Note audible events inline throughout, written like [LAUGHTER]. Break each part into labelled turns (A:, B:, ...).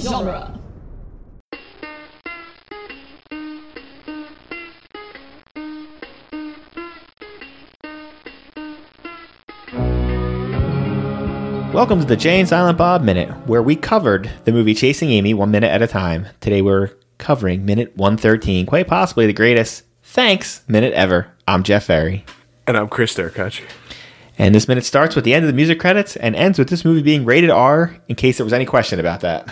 A: genre.
B: Welcome to the Jay and Silent Bob Minute, where we covered the movie Chasing Amy one minute at a time. Today we're covering minute 113, quite possibly the greatest thanks minute ever. I'm Jeff Ferry.
C: And I'm Chris Derkach.
B: And this minute starts with the end of the music credits and ends with this movie being rated R in case there was any question about that.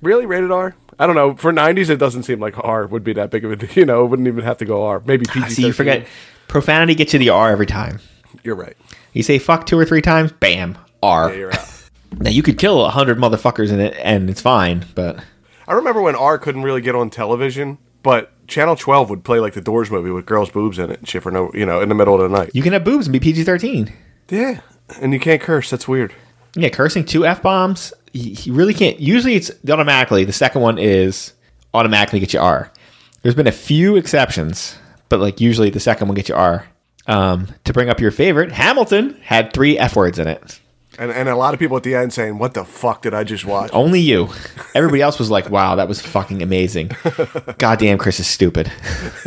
C: Really rated R? I don't know. For 90s, it doesn't seem like R would be that big of a, [LAUGHS] you know, it wouldn't even have to go R. Maybe
B: [LAUGHS]
C: PG.
B: See, you forget profanity gets you the R every time.
C: You're right.
B: You say fuck two or three times, bam, R.
C: Yeah, you're out.
B: Now you could kill a hundred motherfuckers in it and it's fine, but
C: [LAUGHS] I remember when R couldn't really get on television, but Channel 12 would play like the Doors movie with girls' boobs in it and shit for no, you know, in the middle of the night.
B: you can have boobs and be PG thirteen.
C: Yeah. And you can't curse. That's weird.
B: Yeah, cursing two f bombs. You you really can't. Usually, it's automatically. The second one is automatically get you R. There's been a few exceptions, but like usually the second one gets you R. Um, to bring up your favorite, Hamilton had three f words in it.
C: And, and a lot of people at the end saying, "What the fuck did I just watch?"
B: Only you. Everybody else was like, "Wow, that was fucking amazing." Goddamn, Chris is stupid. [LAUGHS]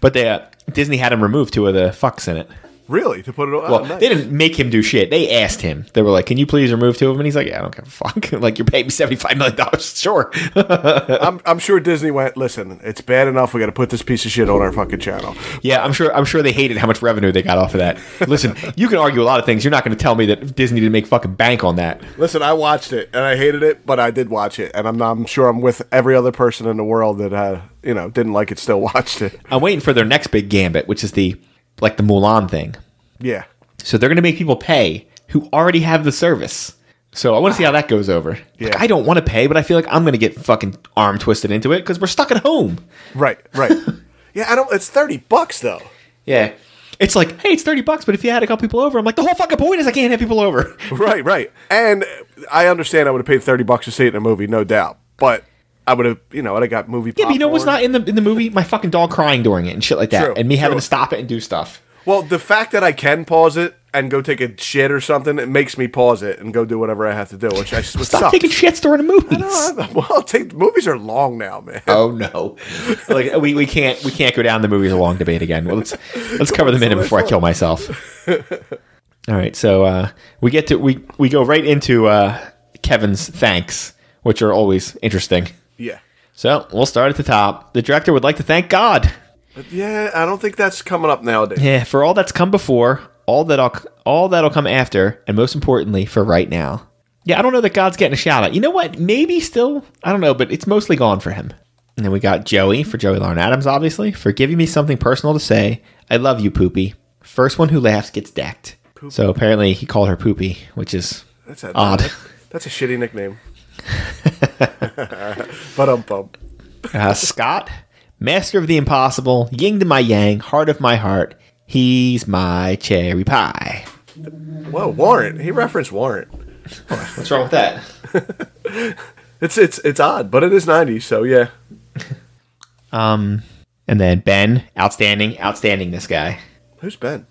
B: but they uh, Disney had him remove two of the fucks in it.
C: Really? To put it on?
B: Well,
C: oh, nice.
B: they didn't make him do shit. They asked him. They were like, "Can you please remove two of them?" And he's like, "Yeah, I don't give a fuck. [LAUGHS] like, you're paying me seventy five million dollars. [LAUGHS] Sure."
C: I'm, I'm sure Disney went. Listen, it's bad enough. We got to put this piece of shit on our fucking channel.
B: yeah, I'm sure. I'm sure they hated how much revenue they got off of that. Listen, you can argue a lot of things. You're not going to tell me that Disney didn't make fucking bank on that.
C: Listen, I watched it and I hated it, but I did watch it, and I'm not, I'm sure I'm with every other person in the world that uh, you know didn't like it, still [LAUGHS] watched it.
B: I'm waiting for their next big gambit, which is the like the Mulan thing.
C: Yeah,
B: So they're going to make people pay who already have the service. So I want to see how that goes over. Like,
C: Yeah.
B: I don't want to pay, but I feel like I'm going to get fucking arm twisted into it because we're stuck at home.
C: right,
B: [LAUGHS]
C: right. yeah, I don't. It's thirty bucks though.
B: Yeah. It's like, hey, it's 30 bucks, but if you had a couple people over, I'm like, the whole fucking point is I can't have people over. [LAUGHS]
C: Right, right. And I understand I would have paid thirty bucks to see it in a movie, no doubt. But I would have, you know, I'd have got movie.
B: Yeah, but you know what's
C: popcorn.
B: not in the in the movie? My fucking dog crying during it and shit like that.
C: True,
B: and me having
C: true.
B: to stop it and do stuff.
C: Well, the fact that I can pause it and go take a shit or something, it makes me pause it and go do whatever I have to do, which I which
B: Stop
C: sucks.
B: taking shits during the movies.
C: [LAUGHS] well, take, movies are long now, man.
B: [LAUGHS] Oh no. like we, we can't we can't go down the movies a long debate again. Well let's let's cover the minute
C: the
B: before I
C: next
B: kill
C: [LAUGHS]
B: myself. All right, so uh, we get to we we go right into uh, Kevin's thanks, which are always interesting.
C: Yeah,
B: So we'll start at the top. The director would like to thank God
C: but yeah. I don't think that's coming up nowadays.
B: Yeah, for all that's come before, all that will all that'll come after, and most importantly, for right now. Yeah, I don't know that God's getting a shout out. You know what? Maybe still, I don't know, but it's mostly gone for him. And then we got Joey for Joey Lauren Adams, obviously, for giving me something personal to say. I love you, Poopy. First one who laughs gets decked. So apparently he called her Poopy, which is
C: That's a,
B: Odd.
C: that- that's a shitty nickname. [LAUGHS] but um, bum.
B: [LAUGHS] uh, Scott, master of the impossible, ying to my yang, heart of my heart. He's my cherry pie.
C: Whoa, Warrant. He referenced Warrant.
B: What's wrong with that?
C: It's it's it's odd, but it is '90s, so yeah.
B: Um, and then Ben, outstanding, outstanding. This guy,
C: Who's Ben?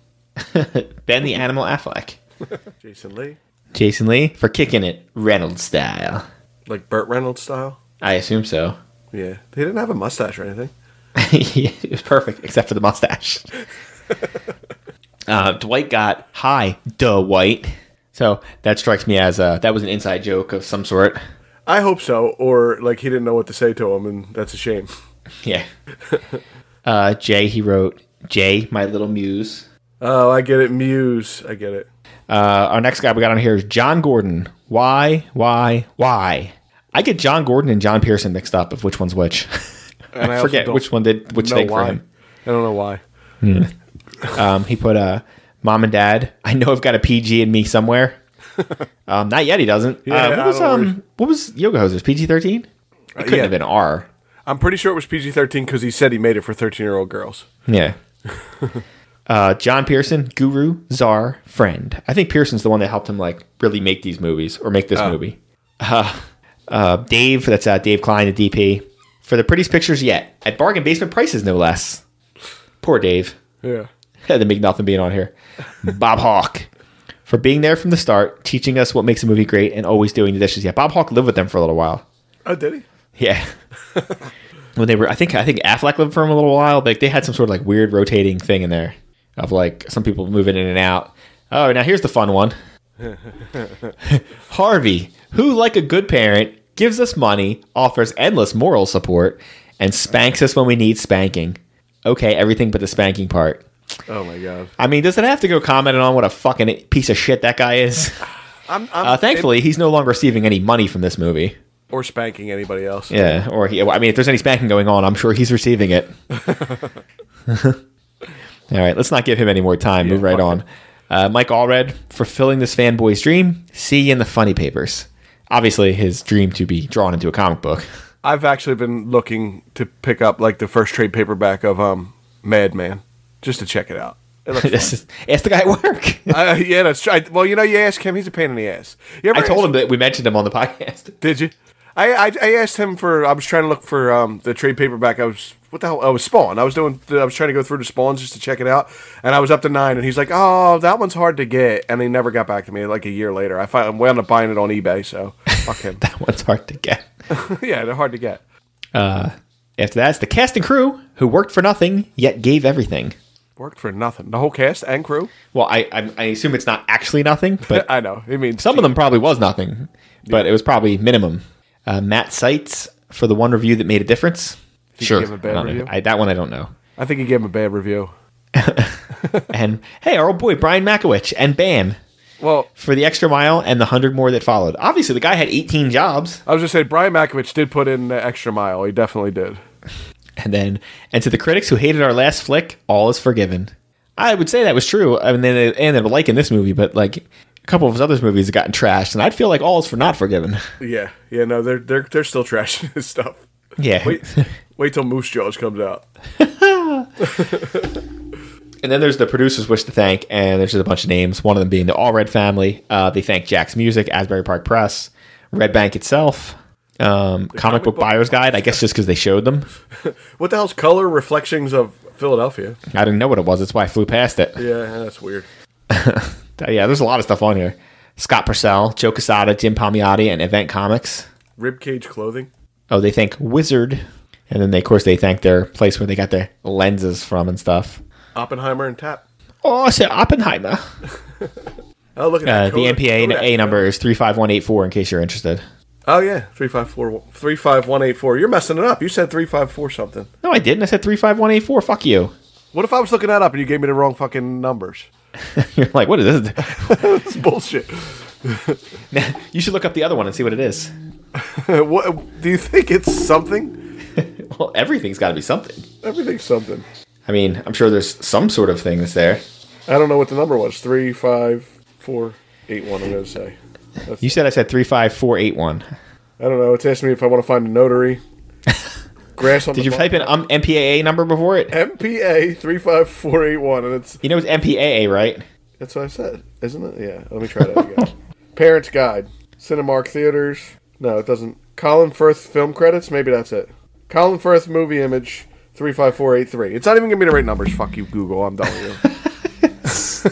B: Ben the Animal Affleck,
C: Jason Lee,
B: Jason Lee for kicking it Reynolds style.
C: like Burt Reynolds style.
B: I assume so. [LAUGHS]
C: Yeah, he didn't have a mustache or anything.
B: it was perfect except for the mustache. uh, Dwight got hi, Dwight. So that strikes me as uh that was an inside joke of some sort.
C: I hope so, or like he didn't know what to say to him, and that's a shame.
B: Yeah. Uh, Jay, he wrote Jay, my little muse.
C: Oh, I get it, Muse. I get it.
B: Uh, our next guy we got on here is John Gordon. Why, why, why? I get John Gordon and John Pearson mixed up of which one's which. [LAUGHS]
C: And I
B: I,
C: also
B: forget
C: don't
B: which one did which
C: No
B: thing
C: why.
B: for him.
C: I don't know why.
B: Um, he put uh, mom and dad. I know I've got a PG in me
C: [LAUGHS]
B: somewhere. um, not yet. He doesn't.
C: Yeah,
B: uh, what
C: I
B: was
C: don't Uh,
B: um, what was yoga hosers PG thirteen? It couldn't
C: yeah.
B: have been R.
C: I'm pretty sure it was PG-13 because he said he made it for 13-year-old girls.
B: Yeah. [LAUGHS] uh, John Pearson, guru, czar, friend. I think Pearson's the one that helped him like really make these movies or make this movie. Uh, uh, Dave, that's uh, Dave Klein, the DP, for the prettiest pictures yet at bargain basement prices, no less. Poor Dave. [LAUGHS]
C: Yeah.
B: Had to make nothing being on here. Bob Hawk for being there from the start, teaching us what makes a movie great, and always doing the dishes. Yeah, Bob Hawk lived with them for a little while.
C: Oh, did he? [LAUGHS]
B: Yeah. when they were, I think, I think Affleck lived for him a little while. Like they had some sort of like weird rotating thing in there of like some people moving in and out. Oh, now here's the fun
C: [LAUGHS]
B: one. Harvey, who like a good parent gives us money, offers endless moral support, and spanks us when we need spanking. Okay, everything but the spanking part.
C: Oh my god.
B: I mean, does it have to go commenting on what a fucking piece of shit that guy is?
C: [LAUGHS] I'm, I'm
B: Uh, thankfully, he's no longer receiving any money from this movie.
C: or spanking anybody else.
B: Yeah, or he, well, I mean, if there's any spanking going on, I'm sure he's receiving it. All right, let's not give him any more time. Move right
C: fuck
B: on. Uh, Mike Allred, fulfilling this fanboy's dream. See you in the funny papers. Obviously, his dream to be drawn into a comic book. [LAUGHS]
C: I've actually been looking to pick up like the first trade paperback of um Madman just to check it out.
B: [LAUGHS]
C: It looks
B: This is- Ask the guy at work.
C: uh, yeah, that's true. I- Well, you know, you ask him, he's a pain in the ass. You ever
B: I told him that we mentioned him on the podcast. [LAUGHS]
C: Did you? I, I I asked him for. I was trying to look for um the trade paperback. I was what the hell? I was Spawn. I was doing. I was trying to go through the Spawns just to check it out, and I was up to nine. And he's like, "Oh, that one's hard to get," and he never got back to me. Like a year later, I fin- I wound up buying it on eBay. So fuck
B: [LAUGHS]
C: him. [LAUGHS]
B: That one's hard to get.
C: yeah, they're hard to get.
B: After that, it's the cast and crew who worked for nothing yet gave everything.
C: Worked for nothing. The whole cast and crew.
B: Well, I I, I assume it's not actually nothing, but
C: I know. He means
B: Some of them probably was nothing, but it was probably minimum. Uh, Matt Seitz for the one review that made a difference.
C: he
B: Sure,
C: gave a bad
B: I don't know.
C: review?
B: I- that one I don't know. [LAUGHS]
C: I think he gave him a bad review.
B: and hey, our old boy Brian Makowicz and Bam
C: Well,
B: for the extra mile and the hundred more that followed. Obviously, the guy had 18 jobs,
C: I was just saying Brian Makovich did put in the extra mile. He definitely did.
B: and then and to the critics who hated our last flick, all is forgiven. I would say that was true. I mean, they they ended up liking this movie, but like a couple of his other movies have gotten trashed, and I'd feel like all is for not forgiven. [LAUGHS]
C: Yeah, yeah. No, they're they're they're still [LAUGHS] trashing his stuff.
B: yeah.
C: Wait, [LAUGHS] wait till Moose Jaws comes out.
B: And then there's the producers wish to thank, and there's just a bunch of names. One of them being the Allred family. Uh, they thank Jack's Music, Asbury Park Press, Red Bank itself, um, comic, Book, Buyer's Guide. I guess just because they showed them.
C: What the hell's color reflections of Philadelphia?
B: I didn't know what it was. That's why I flew past it. Uh,
C: Yeah, that's weird.
B: Yeah, there's a lot of stuff on here. Scott Purcell, Joe Casada, Jim Palmiotti, and Event Comics.
C: Ribcage clothing.
B: Oh, they thank Wizard, and then they, of course they thank their place where they got their lenses from and stuff.
C: Oppenheimer and Tap.
B: Oh, so Oppenheimer.
C: Oh, look at
B: Uh,
C: that.
B: the
C: Kodak-
B: MPA
C: Kodak
B: A number is three five one eight four. In case you're interested.
C: film. Oh yeah, three five four three five one eight four. You're messing it up. You said three five four something.
B: No, I didn't. I said three five one eight four. Fuck you.
C: What if I was looking that up and you gave me the wrong fucking numbers?
B: You're like, what is this? [LAUGHS]
C: It's bullshit.
B: you should look up the other one and see what it is.
C: [LAUGHS] Uh, what, do you think it's something?
B: Well, everything's got to be something.
C: Everything's something.
B: I mean, I'm sure there's some sort of thing that's there.
C: I don't know what the number was. Three five four eight one. I'm gonna say.
B: You said I said three five four eight one.
C: I don't know. It's asking me if I want to find
B: [LAUGHS]
C: a notary. Grass on
B: Did
C: the
B: you
C: bar-
B: type in um, MPAA number before it?
C: MPA three five four eight one, and it's
B: You know it's MPAA, right?
C: that's what I said, isn't it? Yeah. Let me try that again. Parents Guide, Cinemark Theaters. No, it doesn't. Colin Firth film credits. Maybe that's it. Colin Firth movie image three five four eight three. It's not even giving me the right numbers. Fuck you, Google. I'm done with you.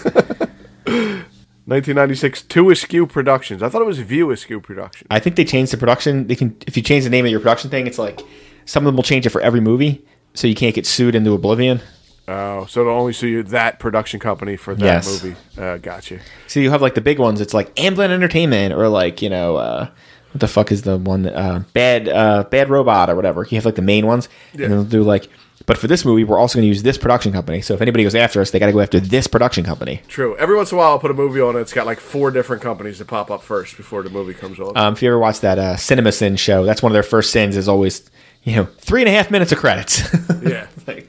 C: 1996 Two Askew Productions. I thought it was View Askew Productions.
B: I think they changed the production. They can if you change the name of your production thing, it's like some of them will change it for every movie, so you can't get sued into oblivion.
C: Oh, so it'll only see you that production company for that
B: Yes.
C: movie. Uh, gotcha.
B: So you have like the big ones. It's like Amblin Entertainment or like you know uh, what the fuck is the one uh, bad uh, bad robot or whatever. You have like the main ones, and they'll do like. But for this movie, we're also going to use this production company. So if anybody goes after us, they got to go after this production company.
C: True. Every once in a while, I'll put a movie on. and It's got like four different companies that pop up first before the movie comes on.
B: Um, if you ever watch that uh, Cinema Sin show, that's one of their first sins is always you know three and a half minutes of credits. [LAUGHS]
C: yeah.
B: like,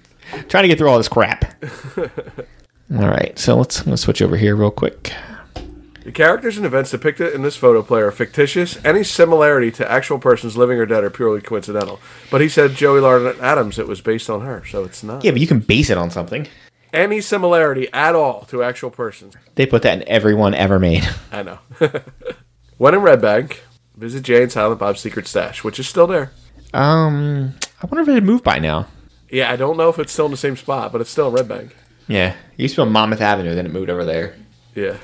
B: trying to get through all this crap. all right, so let's let's switch over here real quick.
C: The characters and events depicted in this photo play are fictitious. Any similarity to actual persons living or dead are purely coincidental. But he said Joey Lauren Adams. It was based on her, so it's not.
B: Yeah, but you can base it on something.
C: Any similarity at all to actual persons.
B: They put that in everyone ever made.
C: I know. [LAUGHS] when in Red Bank, visit Jay and Silent Bob's secret stash, which is still there.
B: Um, I wonder if it had moved by now.
C: Yeah, I don't know if it's still in the same spot, but it's still in Red Bank.
B: Yeah, it used to be on Monmouth Avenue, then it moved over there.
C: Yeah.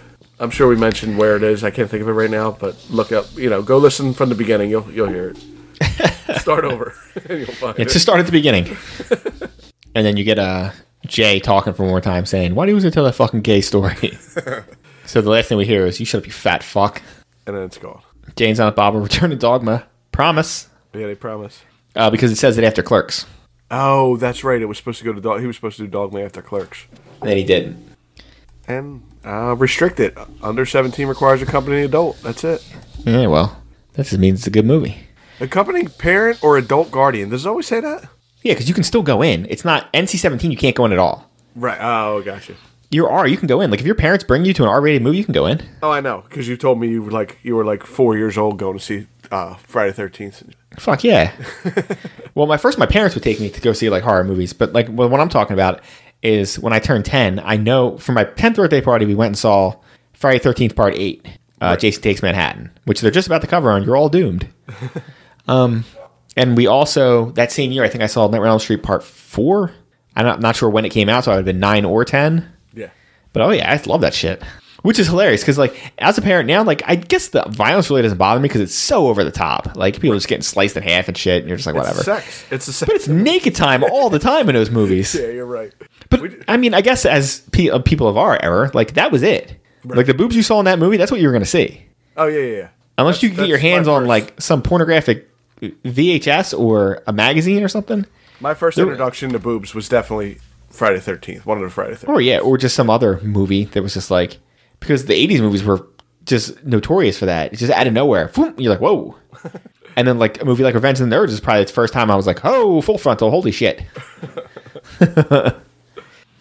B: [LAUGHS]
C: I'm sure we mentioned where it is. I can't think of it right now, but look up, you know, go listen from the beginning. You'll you'll hear it. Start over. [LAUGHS] You'll find
B: Yeah,
C: it.
B: just start at the [LAUGHS] beginning. and then you get uh, Jay talking for more time saying, Why do you always tell that fucking gay [LAUGHS] story? so the last thing we hear is, You shut up, you fat fuck.
C: and then it's gone.
B: Jane's on the Bob will return to Dogma. Promise.
C: Yeah, they promise.
B: Uh, because it says it after Clerks.
C: Oh, that's right. It was supposed to go to dog. He was supposed to do Dogma after Clerks,
B: And then he didn't.
C: and uh, restrict it. Under seventeen requires accompanying adult. That's it.
B: Yeah, well, that just means it's a good movie.
C: Accompanying parent or adult guardian. Does it always say that?
B: Yeah, because you can still go in. It's not NC 17, you can't go in at all.
C: Right. Oh, gotcha.
B: You're R, you can go in. Like if your parents bring you to an R rated movie, you can go in.
C: Oh, I know. Because you told me you were like you were like four years old going to see uh, Friday Thirteenth.
B: Fuck yeah. [LAUGHS] well, my first, my parents would take me to go see like horror movies, but like well, what I'm talking about is when I turned 10, I know for my 10th birthday party, we went and saw Friday 13th Part 8, uh, Jason Takes Manhattan, which they're just about to cover on You're All Doomed. um, and we also, that same year, I think I saw Nightmare on Elm Street Part 4. I'm not, not sure when it came out, so I would have been 9 or 10.
C: Yeah.
B: But oh yeah, I love that shit. Which is hilarious because like as a parent now, like I guess the violence really doesn't bother me because it's so over the top. Like people are just getting sliced in half and shit, and you're just like whatever.
C: Sex. It's a sex.
B: but it's naked time all the time in those movies.
C: [LAUGHS] yeah, you're right.
B: But
C: We-
B: I mean, I guess as pe- uh, people of our era, like that was it. Like the boobs you saw in that movie, that's what you were gonna see,
C: oh yeah, yeah. yeah.
B: unless you
C: That's-
B: could get your
C: that's my
B: hands on
C: first-
B: like some pornographic uh, VHS or a magazine or something,
C: My first introduction to boobs was definitely Friday Thirteenth. One of the Friday Thirteenth.
B: or Oh, yeah, or just some other movie that was just like because the '80s movies were just notorious for that. It's just out of nowhere, boom, you're like, whoa. And then like a movie like Revenge of the Nerds is probably the first time I was like, oh, full frontal, holy shit.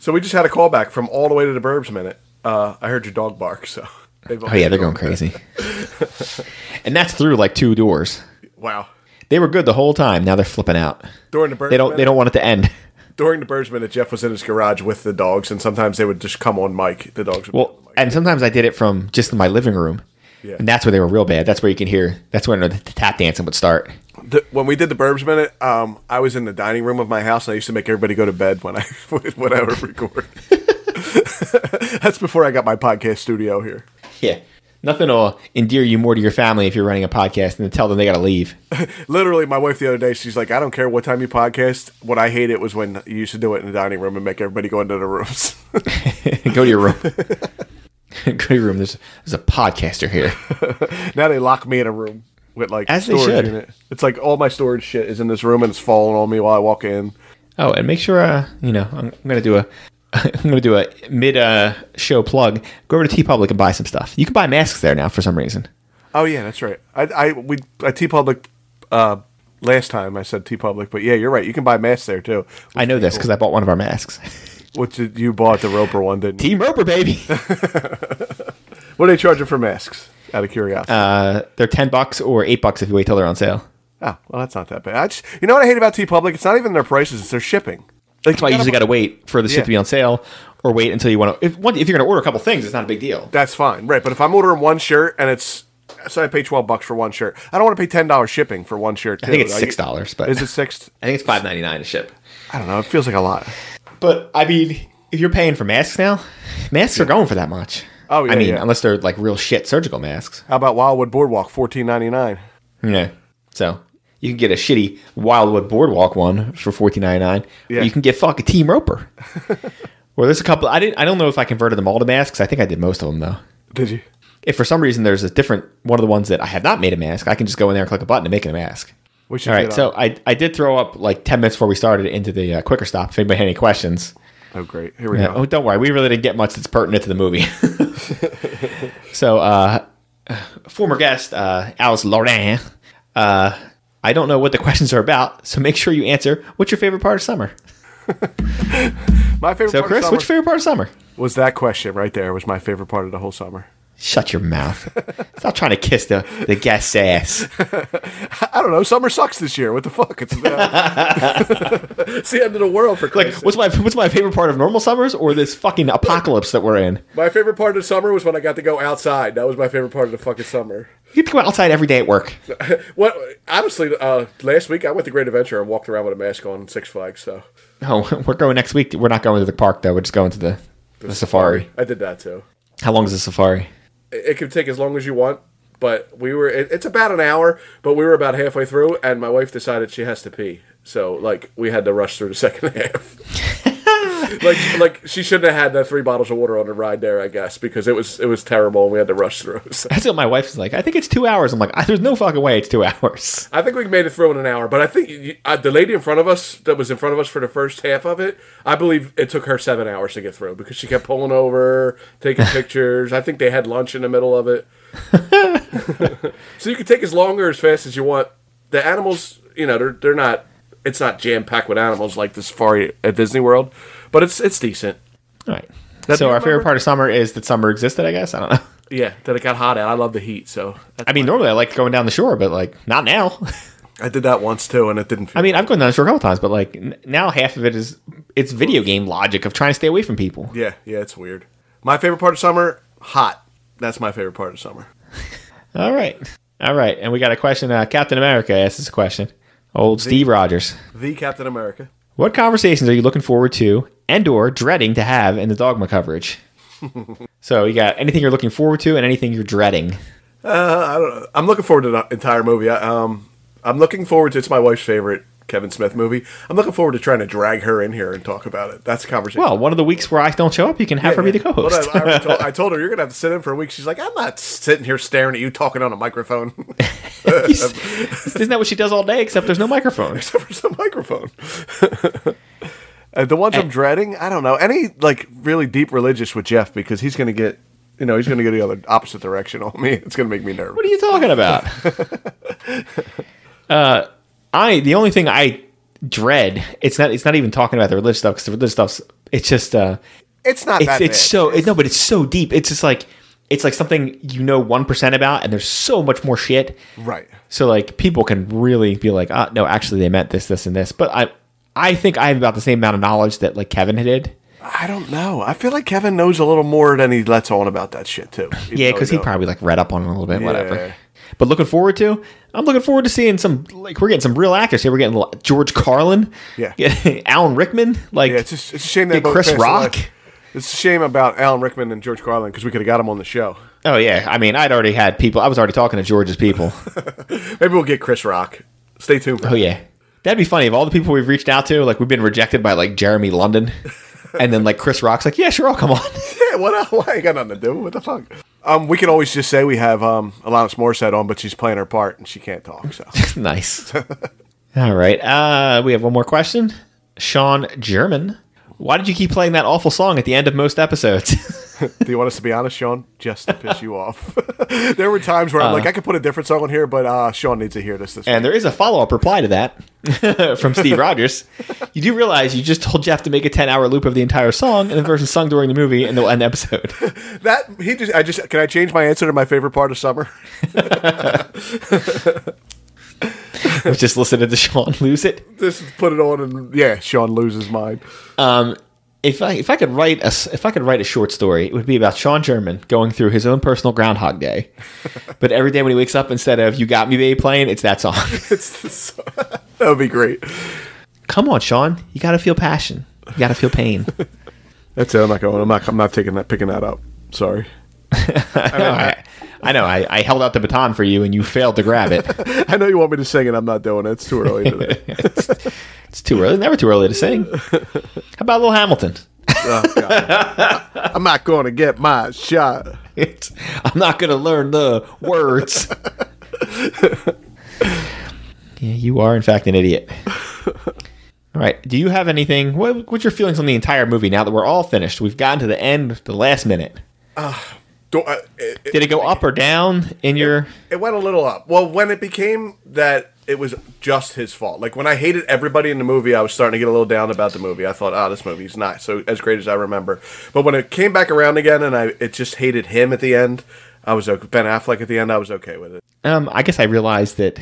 C: So we just had a callback from all the way to the Burbs minute. Uh, I heard your dog bark, so. [LAUGHS]
B: Oh yeah, they're going crazy. and that's through like two doors.
C: Wow.
B: They were good the whole time. Now they're flipping out.
C: During the Burbs
B: They don't. They
C: minute,
B: don't want it to end.
C: during the Burbs minute, Jeff was in his garage with the dogs, and sometimes they would just come on mic. The dogs. Would
B: Well, and sometimes I did it from just my living room,
C: Oh Yeah.
B: and that's where they were real bad. That's where you can hear. That's when the tap dancing would start.
C: The- when we did the Burbs minute, um, I was in the dining room of my house, and I used to make everybody go to bed when I [LAUGHS] when I would record. [LAUGHS] That's before I got my podcast studio here.
B: Yeah. Nothing will endear you more to your family if you're running a podcast and then tell them they got to leave. [LAUGHS]
C: Literally, my wife the other day, she's like, "I don't care what time you podcast. What I hated was when you used to do it in the dining room and make everybody go into their rooms." [LAUGHS]
B: Go to your room. [LAUGHS] Go to your room. There's, there's a podcaster here.
C: Now they lock me in a room with like
B: As they
C: storage
B: should.
C: unit. It's like all my storage shit is in this room and it's falling on me while I walk in.
B: Oh, and make sure uh, you know I'm gonna do a [LAUGHS] I'm gonna do a mid uh, show plug. Go over to T Public and buy some stuff. You can buy masks there now for some reason.
C: Oh yeah, that's right. I I we I T Public uh last time I said T Public, but yeah, you're right. You can buy masks there too.
B: I know this because I bought one of our masks. [LAUGHS]
C: Which you- you bought the Roper one, didn't you?
B: Team Roper, baby.
C: What are they charging for masks? Out of curiosity.
B: Uh, they're ten bucks or eight bucks if you wait till they're on sale.
C: oh well, that's not that bad. I just, you know what I hate about T Public? It's not even their prices; it's their shipping.
B: That's why you usually got to wait for the shit
C: Yeah.
B: to be on sale, or wait until you want to. If, one- if you're going to order a couple things, it's not a big deal.
C: That's fine, right? But if I'm ordering one shirt and it's so I pay twelve bucks for one shirt, I don't want to pay ten dollars shipping for one shirt.
B: I think it's six dollars, but
C: Is it six?
B: I think it's five ninety nine to ship.
C: I don't know. It feels like a lot.
B: But I mean, if you're paying for masks now, masks are going for that much.
C: Oh, yeah,
B: I mean,
C: yeah.
B: unless they're like real shit surgical masks.
C: How about Wildwood Boardwalk, fourteen ninety nine?
B: Yeah. So you can get a shitty Wildwood Boardwalk one for fourteen ninety nine.
C: Yeah.
B: You can get fuck a Team
C: [LAUGHS]
B: Roper. or there's a couple. I didn't. I don't know if I converted them all to masks. I think I did most of them though.
C: Did you?
B: If for some reason there's a different one of the ones that I have not made a mask, I can just go in there and click a button to make it a mask.
C: We should
B: All right.
C: get
B: So
C: on-
B: I I did throw up like ten minutes before we started into the uh, quicker stop. If anybody had any questions.
C: oh great, here we
B: Yeah,
C: go.
B: oh, don't worry. We really didn't get much that's pertinent to the movie. [LAUGHS] so, uh, former guest, uh, Alice Lauren, uh, I don't know what the questions are about, so make sure you answer. What's your favorite part of summer?
C: My favorite
B: So,
C: part
B: Chris,
C: of summer
B: what's your favorite part of summer?
C: was that question right there. Was my favorite part of the whole summer. [LAUGHS]
B: Shut your mouth. Stop trying to kiss the, the guest's ass.
C: I don't know. Summer sucks this year. What the fuck?
B: [LAUGHS]
C: It's, it's the [LAUGHS] end of the world for
B: Like,
C: Chris.
B: what's my what's my favorite part of normal summers or this fucking apocalypse that we're in?
C: my favorite part of the summer was when I got to go outside. That was my favorite part of the fucking summer.
B: You get to go outside every day at work.
C: What? Honestly, uh, last week I went to Great Adventure and walked around with a mask on, Six Flags. So
B: Oh, [LAUGHS] we're going next week. We're not going to the park though. We're just going to the, the safari.
C: I did that too.
B: How long is the safari?
C: It, it can take as long as you want, But we were. It, it's about an hour, but we were about halfway through, and my wife decided she has to pee. So like we had to rush through the [LAUGHS] second half. like like she shouldn't have had that three bottles of water on the ride there, I guess, because it was it was terrible and we had to rush through. [LAUGHS] So.
B: That's what my wife's like. I think it's two hours. I'm like, "Ah, there's no fucking way it's two [LAUGHS] hours.
C: I think we made it through in an hour, but I think you, uh, the lady in front of us that was in front of us for the first half of it, I believe it took her seven hours to get through because she kept pulling over, taking pictures. I think they had lunch in the middle of it. so you can take as long or as fast as you want. The animals, you know, they're they're not. It's not jam packed with animals like the safari at Disney World, but it's it's decent.
B: All right.
C: Now, do
B: so
C: you
B: our favorite
C: remember-
B: part of summer is that summer existed. I guess I don't know.
C: Yeah, that it got hot out. I love the heat, so
B: I mean, normally I like going down the shore, but like not now. [LAUGHS]
C: I did that once too, and it didn't. Feel
B: I mean, I've gone down the shore a couple times, but like n- now half of it is it's video game logic of trying to stay away from people.
C: yeah, yeah, it's weird. My favorite part of summer, hot. That's my favorite part of summer.
B: All right, all right, and we got a question. Uh, Captain America asked this question. Old Steve Rogers.
C: The Captain America.
B: What conversations are you looking forward to and or dreading to have in the dogma coverage? so you got anything you're looking forward to and anything you're dreading.
C: I'm looking forward to the entire movie. I, um, I'm looking forward to it's my wife's favorite Kevin Smith movie. I'm looking forward to trying to drag her in here and talk about it. That's a conversation.
B: Well, one of the weeks where I don't show up, you can have her be the co-host.
C: Well, I, I [LAUGHS] already told, I told her you're gonna have to sit in for a week. She's like, I'm not sitting here staring at you talking on a microphone. [LAUGHS]
B: [LAUGHS] Isn't that what she does all day? Except there's no microphone. [LAUGHS]
C: except for some microphone. [LAUGHS] Uh, the
B: Eh.
C: ones I'm dreading, I don't know any like really deep religious with Jeff because he's gonna get, you know, he's gonna go the other opposite direction on me. It's gonna make me nervous.
B: What are you talking
C: [LAUGHS]
B: about? uh, I the only thing I dread it's not it's not even talking about the religious stuff because the religious stuff's it's just uh
C: it's not
B: it's
C: that.
B: it's
C: bad.
B: so it, no but it's so deep it's just like it's like something you know one percent about and there's so much more shit
C: right.
B: so like people can really be like ah no actually they meant this this and this but I I think I have about the same amount of knowledge that like Kevin did
C: I don't know. I feel like Kevin knows a little more than he lets on about that shit too. even
B: Yeah,
C: though
B: because he
C: don't.
B: probably like read up on it a little bit,
C: Yeah.
B: whatever. But looking forward to, I'm looking forward to seeing some like we're getting some real actors here. We're getting like, George Carlin,
C: Yeah.
B: [LAUGHS] Alan Rickman, like
C: Yeah, it's just it's a shame that
B: Big Chris Rock.
C: It's a shame about Alan Rickman and George Carlin because we could have got him on the show.
B: oh yeah. I mean, I'd already had people. I was already talking to George's
C: [LAUGHS]
B: people.
C: Maybe we'll get Chris Rock. Stay tuned. For
B: oh yeah, that'd be funny. Of all the people we've reached out to, like we've been rejected by like Jeremy London, and then like Chris Rock's like, yeah, sure, I'll come on. [LAUGHS]
C: yeah, [LAUGHS] what? else? I ain't got nothing to do. What the fuck? Um, we can always just say we have um Alanis Morissette on, but she's playing her part and she can't talk. [LAUGHS] So
B: nice. all right. Uh, we have one more question. Sean German, why did you keep playing that awful song at the end of most episodes? [LAUGHS]
C: do you want us to be honest, Sean? Just to piss you off. [LAUGHS] there were times where I'm like, I could put a different song on here, but uh, Sean needs to hear this. This
B: And there is a follow up reply to that [LAUGHS] from Steve Rogers. You do realize you just told Jeff to make a 10 hour loop of the entire song and the version sung during the movie, and they'll end the episode. [LAUGHS]
C: week. that he just I just can I change my answer to my favorite part of summer? [LAUGHS]
B: We've just listened to Sean lose it.
C: just put it on and yeah, Sean loses mind.
B: Um, if I if I could write a s- if I could write a short story, it would be about Sean German going through his own personal Groundhog [LAUGHS] Day. But every day when he wakes up, instead of "You Got Me, Baby" playing, [LAUGHS] it's that song.
C: It's this, [LAUGHS] that would be great.
B: Come on, Sean, you got to feel passion. You got to feel pain.
C: That's it. I'm not going. I'm not. I'm not taking that. Picking that up. Sorry.
B: [LAUGHS] I know. I, [LAUGHS] I know. I, I held out the baton for you, and you failed to grab it.
C: [LAUGHS] I know you want me to sing, and I'm not doing it. It's too early today.
B: it's, [LAUGHS] it's too early. Never too early to sing. How about Little Hamilton?
C: Oh, God. [LAUGHS] I'm not going to get my shot.
B: It's, I'm not going to learn the words. yeah, you are in fact an idiot. All right. Do you have anything? What, what's your feelings on the entire movie now that we're all finished? We've gotten to the end, the last minute.
C: Do- uh, it, it-
B: Did it go up or down in your?
C: it went a little up. Well, when it became that it was just his fault. Like when I hated everybody in the movie, I was starting to get a little down about the movie. I thought, oh, this movie's not so as great as I remember. But when it came back around again, and I it just hated him at the end. I was okay. Ben Affleck at the end. I was okay with it.
B: Um, I guess I realized that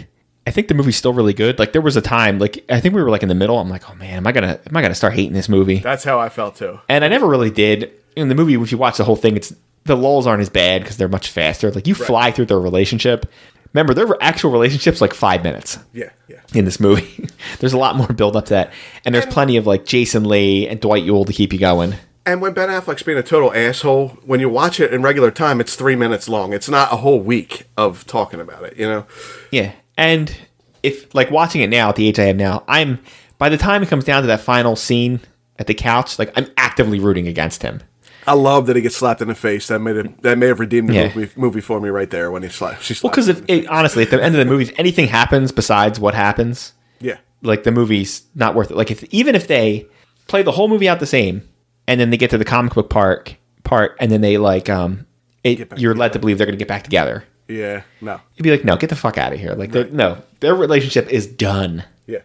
B: I think the movie's still really good. Like there was a time, like I think we were like in the middle. I'm like, oh man, am I gonna am I gonna start hating this movie?
C: That's how I felt too.
B: and I never really did. In the movie, if you watch the whole thing, it's the lulls aren't as bad because they're much faster. Like you fly through their relationship. Remember, their actual relationship's like five minutes
C: Yeah, yeah.
B: in this [LAUGHS] movie. there's a lot more build up to that, and there's plenty of like Jason Lee and Dwight Yule to keep you going.
C: And when Ben Affleck's being a total asshole, when you watch it in regular time, it's three minutes long. It's not a whole week of talking about it, you know?
B: Yeah. And if like watching it now at the age I am now, I'm by the time it comes down to that final scene at the couch, like I'm actively rooting against him.
C: I love that he gets slapped in the face. That made it, that may have redeemed the
B: Yeah.
C: movie, movie for me right there when he slapped. She
B: Well,
C: slapped
B: because
C: him.
B: if it, honestly, at the end of the movie, if anything happens besides what happens,
C: yeah,
B: like the movie's not worth it. Like if even if they play the whole movie out the same, and then they get to the comic book part part, and then they like um, it,
C: back
B: you're led to believe they're gonna get back together.
C: yeah, no,
B: You'd be like, no, get the fuck out of here. Like they're no, their relationship is done.
C: yeah.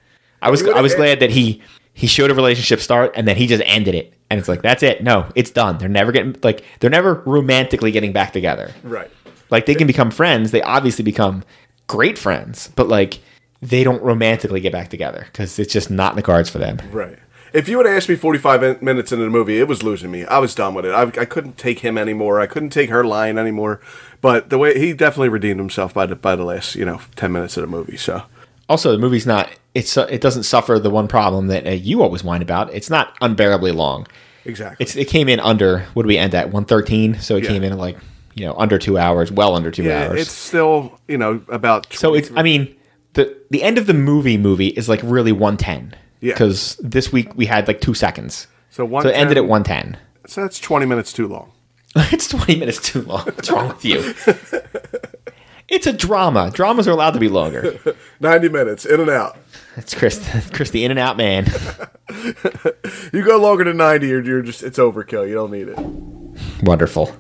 B: I was
C: You would've-
B: I was glad that he he showed a relationship start and then he just ended it. And it's like that's it. No, it's done. They're never getting like they're never romantically getting back together.
C: Right.
B: Like they can become friends. They obviously become great friends, but like they don't romantically get back together because it's just not in the cards for them.
C: Right. If you would have asked me 45 min- minutes into the movie, it was losing me. I was done with it. I, I couldn't take him anymore. I couldn't take her line anymore. But the way he definitely redeemed himself by the by the last you know 10 minutes of the movie. So
B: Also, the movie's not it's it doesn't suffer the one problem that uh, you always whine about. It's not unbearably long.
C: exactly.
B: It's it came in under what do we end at one thirteen? So it
C: Yeah.
B: came in at like you know under two hours, well under two
C: yeah,
B: hours.
C: it's still you know about
B: So it's I mean the the end of the movie movie is like really 110.
C: Yeah.
B: Because this week we had like two seconds.
C: So
B: So it
C: 110
B: ended at 110.
C: so that's 20 minutes too long.
B: [LAUGHS] it's 20 minutes too long. What's wrong with [LAUGHS] you? It's a drama. Dramas are allowed to be longer.
C: 90 minutes in and out.
B: It's Chris, [LAUGHS] Chris the In and Out Man.
C: You go longer than 90, you're, you're just it's overkill. You don't need it.
B: [LAUGHS] Wonderful.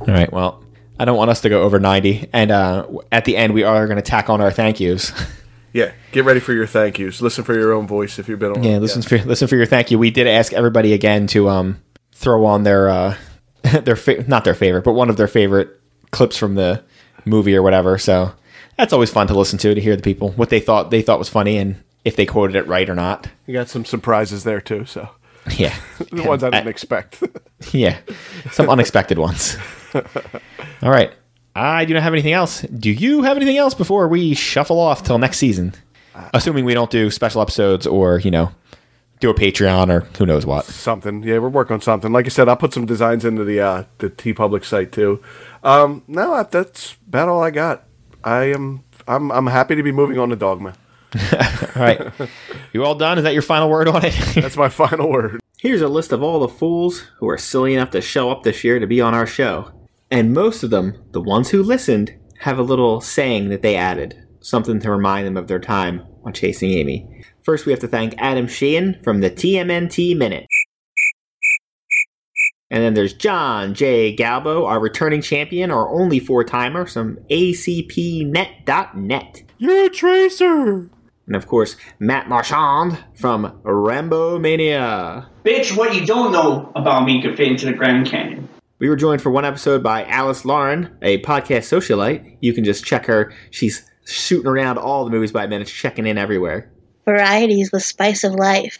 B: All right. Well, I don't want us to go over 90. And uh, at the end, we are going to tack on our thank yous. [LAUGHS]
C: Yeah, get ready for your thank yous. Listen for your own voice if you've been on.
B: Yeah, listen for [LAUGHS] listen for your thank you. We did ask everybody again to um throw on their uh [LAUGHS] their fa- not their favorite, but one of their favorite clips from the movie or whatever. So that's always fun to listen to to hear the people what they thought they thought was funny and if they quoted it right or not. [LAUGHS]
C: You got some surprises there too. So
B: Yeah,
C: the ones I didn't expect. [LAUGHS]
B: yeah, some unexpected ones. [LAUGHS] All right, I do not have anything else. Do you have anything else before we shuffle off till next season? Assuming we don't do special episodes or you know do a Patreon or who knows what.
C: something. Yeah, we're working on something. Like I said, I'll put some designs into the uh, the T Public site too. Um, no, I- that's about all I got. I am I'm I'm happy to be moving on to Dogma.
B: All right. [LAUGHS] You all done? Is that your final word on it?
C: That's my [LAUGHS] final word.
A: Here's a list of all the fools who are silly enough to show up this year to be on our show. And most of them, the ones who listened, have a little saying that they added, something to remind them of their time on Chasing Amy. First, we have to thank Adam Sheehan from the TMNT Minute. And then there's John J. Galbo, our returning champion, our only four timer from acpnet.net.
B: You're a tracer.
A: And of course, Matt Marchand from Rambo Mania.
D: Bitch, what you don't know about me could fit into the Grand Canyon.
A: We were joined for one episode by Alice Lauren, a podcast socialite. You can just check her. She's shooting around all the movies by minutes, checking in everywhere.
E: Variety is the spice of life.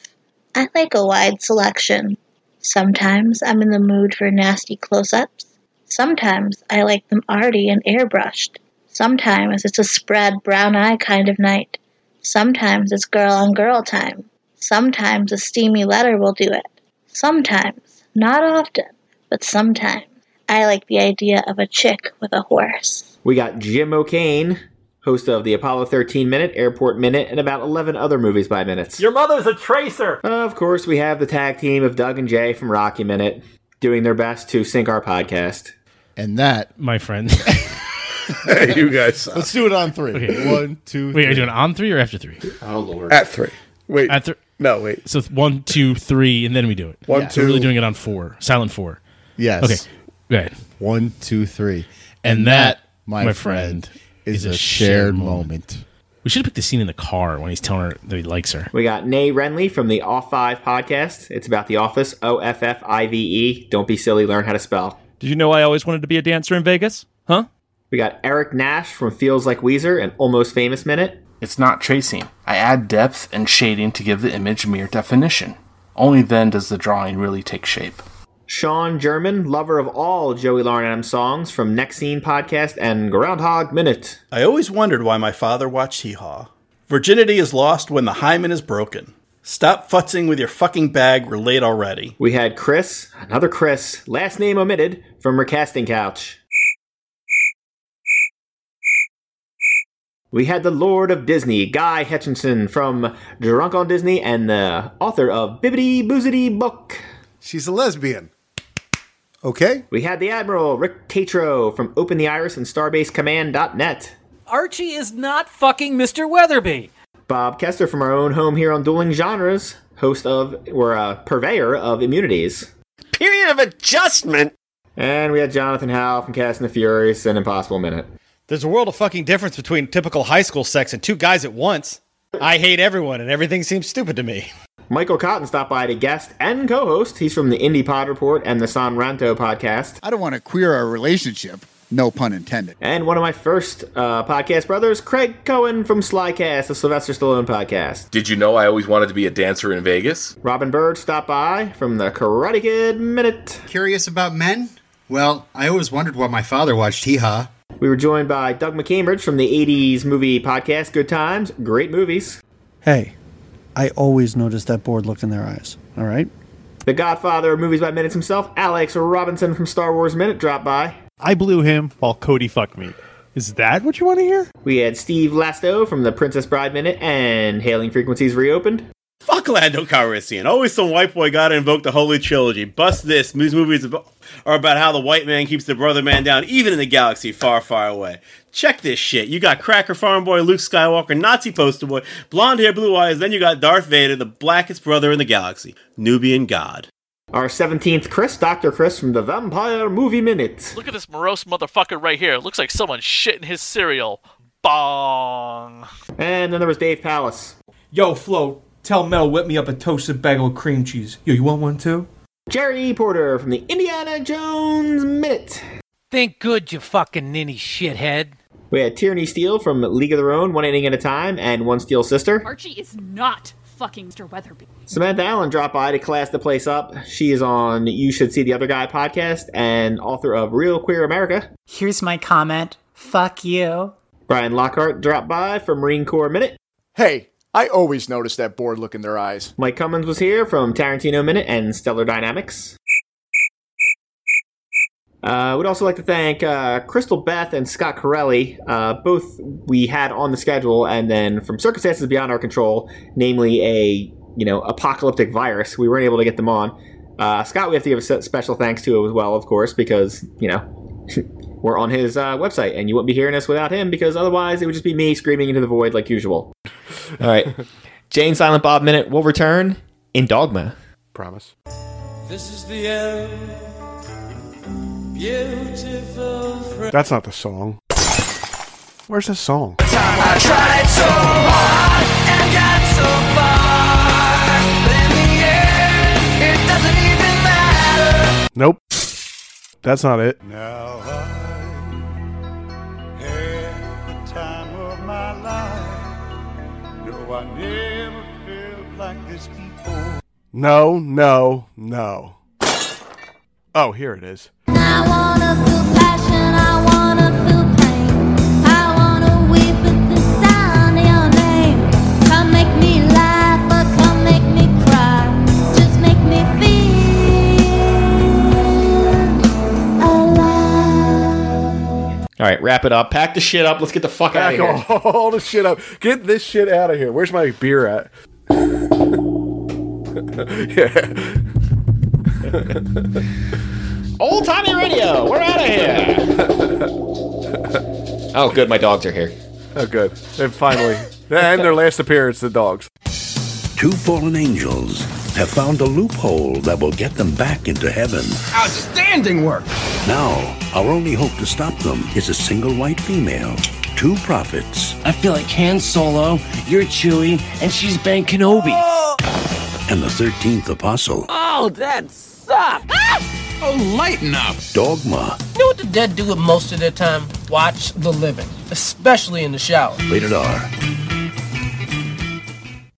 E: I like a wide selection. Sometimes I'm in the mood for nasty close ups. Sometimes I like them arty and airbrushed. Sometimes it's a spread brown eye kind of night. Sometimes it's girl on girl time. Sometimes a steamy letter will do it. Sometimes, not often, but sometimes, I like the idea of a chick with a horse.
A: We got Jim O'Kane, host of the Apollo 13 Minute, Airport Minute, and about 11 other movies by minutes.
F: Your mother's a tracer.
A: of course, we have the tag team of Doug and Jay from Rocky Minute doing their best to sync our podcast.
G: And that, my [LAUGHS] friend.
C: Hey, you guys
G: let's do it on three. One, two,
F: Wait, are
G: three.
F: you doing on three or after three?
H: Oh,
C: at three. Wait,
F: At three.
C: no, wait.
F: So th- one, two, three, and then we do it.
C: One,
F: So we're really
C: two.
F: doing it on four, silent four.
G: Yes.
F: Okay, go ahead.
G: One, two, three.
F: And that,
G: my,
F: my
G: friend,
F: friend,
G: is, a shared moment.
F: We should have picked the scene in the car when he's telling her that he likes her.
A: We got Nay Renly from the Off Five podcast. It's about the office, O F F I V E. Don't be silly, learn how to spell.
I: Did you know I always wanted to be a dancer in Vegas? Huh?
A: We got Eric Nash from Feels Like Weezer and Almost Famous Minute.
H: It's not tracing. I add depth and shading to give the image mere definition. Only then does the drawing really take shape.
A: Sean German, lover of all Joey Lauren Adams songs from Next Scene Podcast and Groundhog Minute.
J: I always wondered why my father watched Hee Haw. Virginity is lost when the hymen is broken. Stop futzing with your fucking bag. We're late already.
B: We had Chris, another Chris, last name omitted, from her casting couch. We had the Lord of Disney, Guy Hutchinson from Drunk on Disney and the author of Bibbidi Boozity Book.
K: She's a lesbian. Okay.
B: We had the Admiral, Rick Tatro from Open the Iris and StarbaseCommand.net.
L: Archie is not fucking Mr. Weatherby.
B: Bob Kester from our own home here on Dueling Genres, host of, or uh, purveyor of immunities.
M: Period of adjustment.
B: And we had Jonathan Howe from Cast and the Furious and Impossible Minute.
N: There's a world of fucking difference between typical high school sex and two guys at once. I hate everyone and everything seems stupid to me.
B: Michael Cotton stopped by to guest and co host. He's from the Indie Pod Report and the San Ranto podcast.
O: I don't want to queer our relationship, no pun intended.
B: And one of my first uh, podcast brothers, Craig Cohen from Slycast, the Sylvester Stallone podcast.
P: Did you know I always wanted to be a dancer in Vegas?
B: Robin Bird stopped by from the Karate Kid Minute.
Q: Curious about men? Well, I always wondered why my father watched Hee Haw.
B: We were joined by Doug McCambridge from the 80s movie podcast Good Times, Great Movies.
R: Hey, I always noticed that bored look in their eyes. All right?
B: The Godfather of Movies by Minutes himself, Alex Robinson from Star Wars Minute, dropped by.
S: I blew him while Cody fucked me. Is that what you want to hear?
B: We had Steve Lasto from the Princess Bride Minute and Hailing Frequencies Reopened.
J: Fuck Lando Calrissian. Always some white boy gotta invoke the holy trilogy. Bust this. These movies ab- are about how the white man keeps the brother man down, even in the galaxy far, far away. Check this shit. You got Cracker Farm Boy, Luke Skywalker, Nazi poster boy, blonde hair, blue eyes. Then you got Darth Vader, the blackest brother in the galaxy, Nubian god.
B: Our 17th Chris, Dr. Chris from the Vampire Movie Minute.
F: Look at this morose motherfucker right here. Looks like someone shitting his cereal. Bong.
B: And then there was Dave Palace.
T: Yo, Flo, tell Mel whip me up a toasted bagel of cream cheese. Yo, you want one too?
B: Jerry E. Porter from the Indiana Jones Minute.
L: Think good, you fucking ninny shithead.
B: We had Tierney Steele from League of Their Own, One Inning at a Time, and One Steel Sister.
U: Archie is not fucking Mr. Weatherby.
B: Samantha Allen dropped by to class the place up. She is on You Should See the Other Guy podcast and author of Real Queer America.
V: Here's my comment. Fuck you.
B: Brian Lockhart dropped by from Marine Corps Minute.
W: Hey, I always notice that bored look in their eyes.
B: Mike Cummins was here from Tarantino Minute and Stellar Dynamics. Uh, we'd also like to thank uh, Crystal Beth and Scott Corelli, uh, both we had on the schedule, and then from circumstances beyond our control, namely a you know apocalyptic virus, we weren't able to get them on. Uh, Scott, we have to give a se- special thanks to as well, of course, because you know [LAUGHS] we're on his uh, website, and you wouldn't be hearing us without him, because otherwise it would just be me screaming into the void like usual.
X: All right. Jane Silent Bob Minute will return in Dogma.
C: Promise.
E: This is the end. Beautiful friend.
C: That's not the song. Where's the song?
E: I tried so hard and got so far. But in the end, it doesn't even matter.
C: Nope. That's not it.
E: Now I had the time of my life. No, I never felt like this before.
C: No, no, no. Oh, here it is.
E: I wanna feel passion, I wanna feel pain. I wanna weep at the sound of your name. Come make me laugh or come make me cry. Just make me feel alive.
X: All right, wrap it up. Pack the shit up. Let's get the fuck out
C: Pack
X: of here.
C: all the shit up. Get this shit out of here. Where's my beer at? [LAUGHS] yeah.
X: Old timey radio. We're out of here. oh, good. My dogs are here.
C: Oh, good. And finally, and their last appearance, the dogs.
Y: Two fallen angels have found a loophole that will get them back into heaven.
Z: Outstanding work!
Y: Now, our only hope to stop them is a single white female, two prophets,
Z: I feel like Han Solo, you're Chewie, and she's Ben Kenobi. Oh,
Y: [GASPS] and the 13th apostle.
Z: that sucks! Oh, lighten up!
Y: Dogma,
Z: You know what the dead do with most of their time? Watch the living, especially in the shower.
Y: rated R.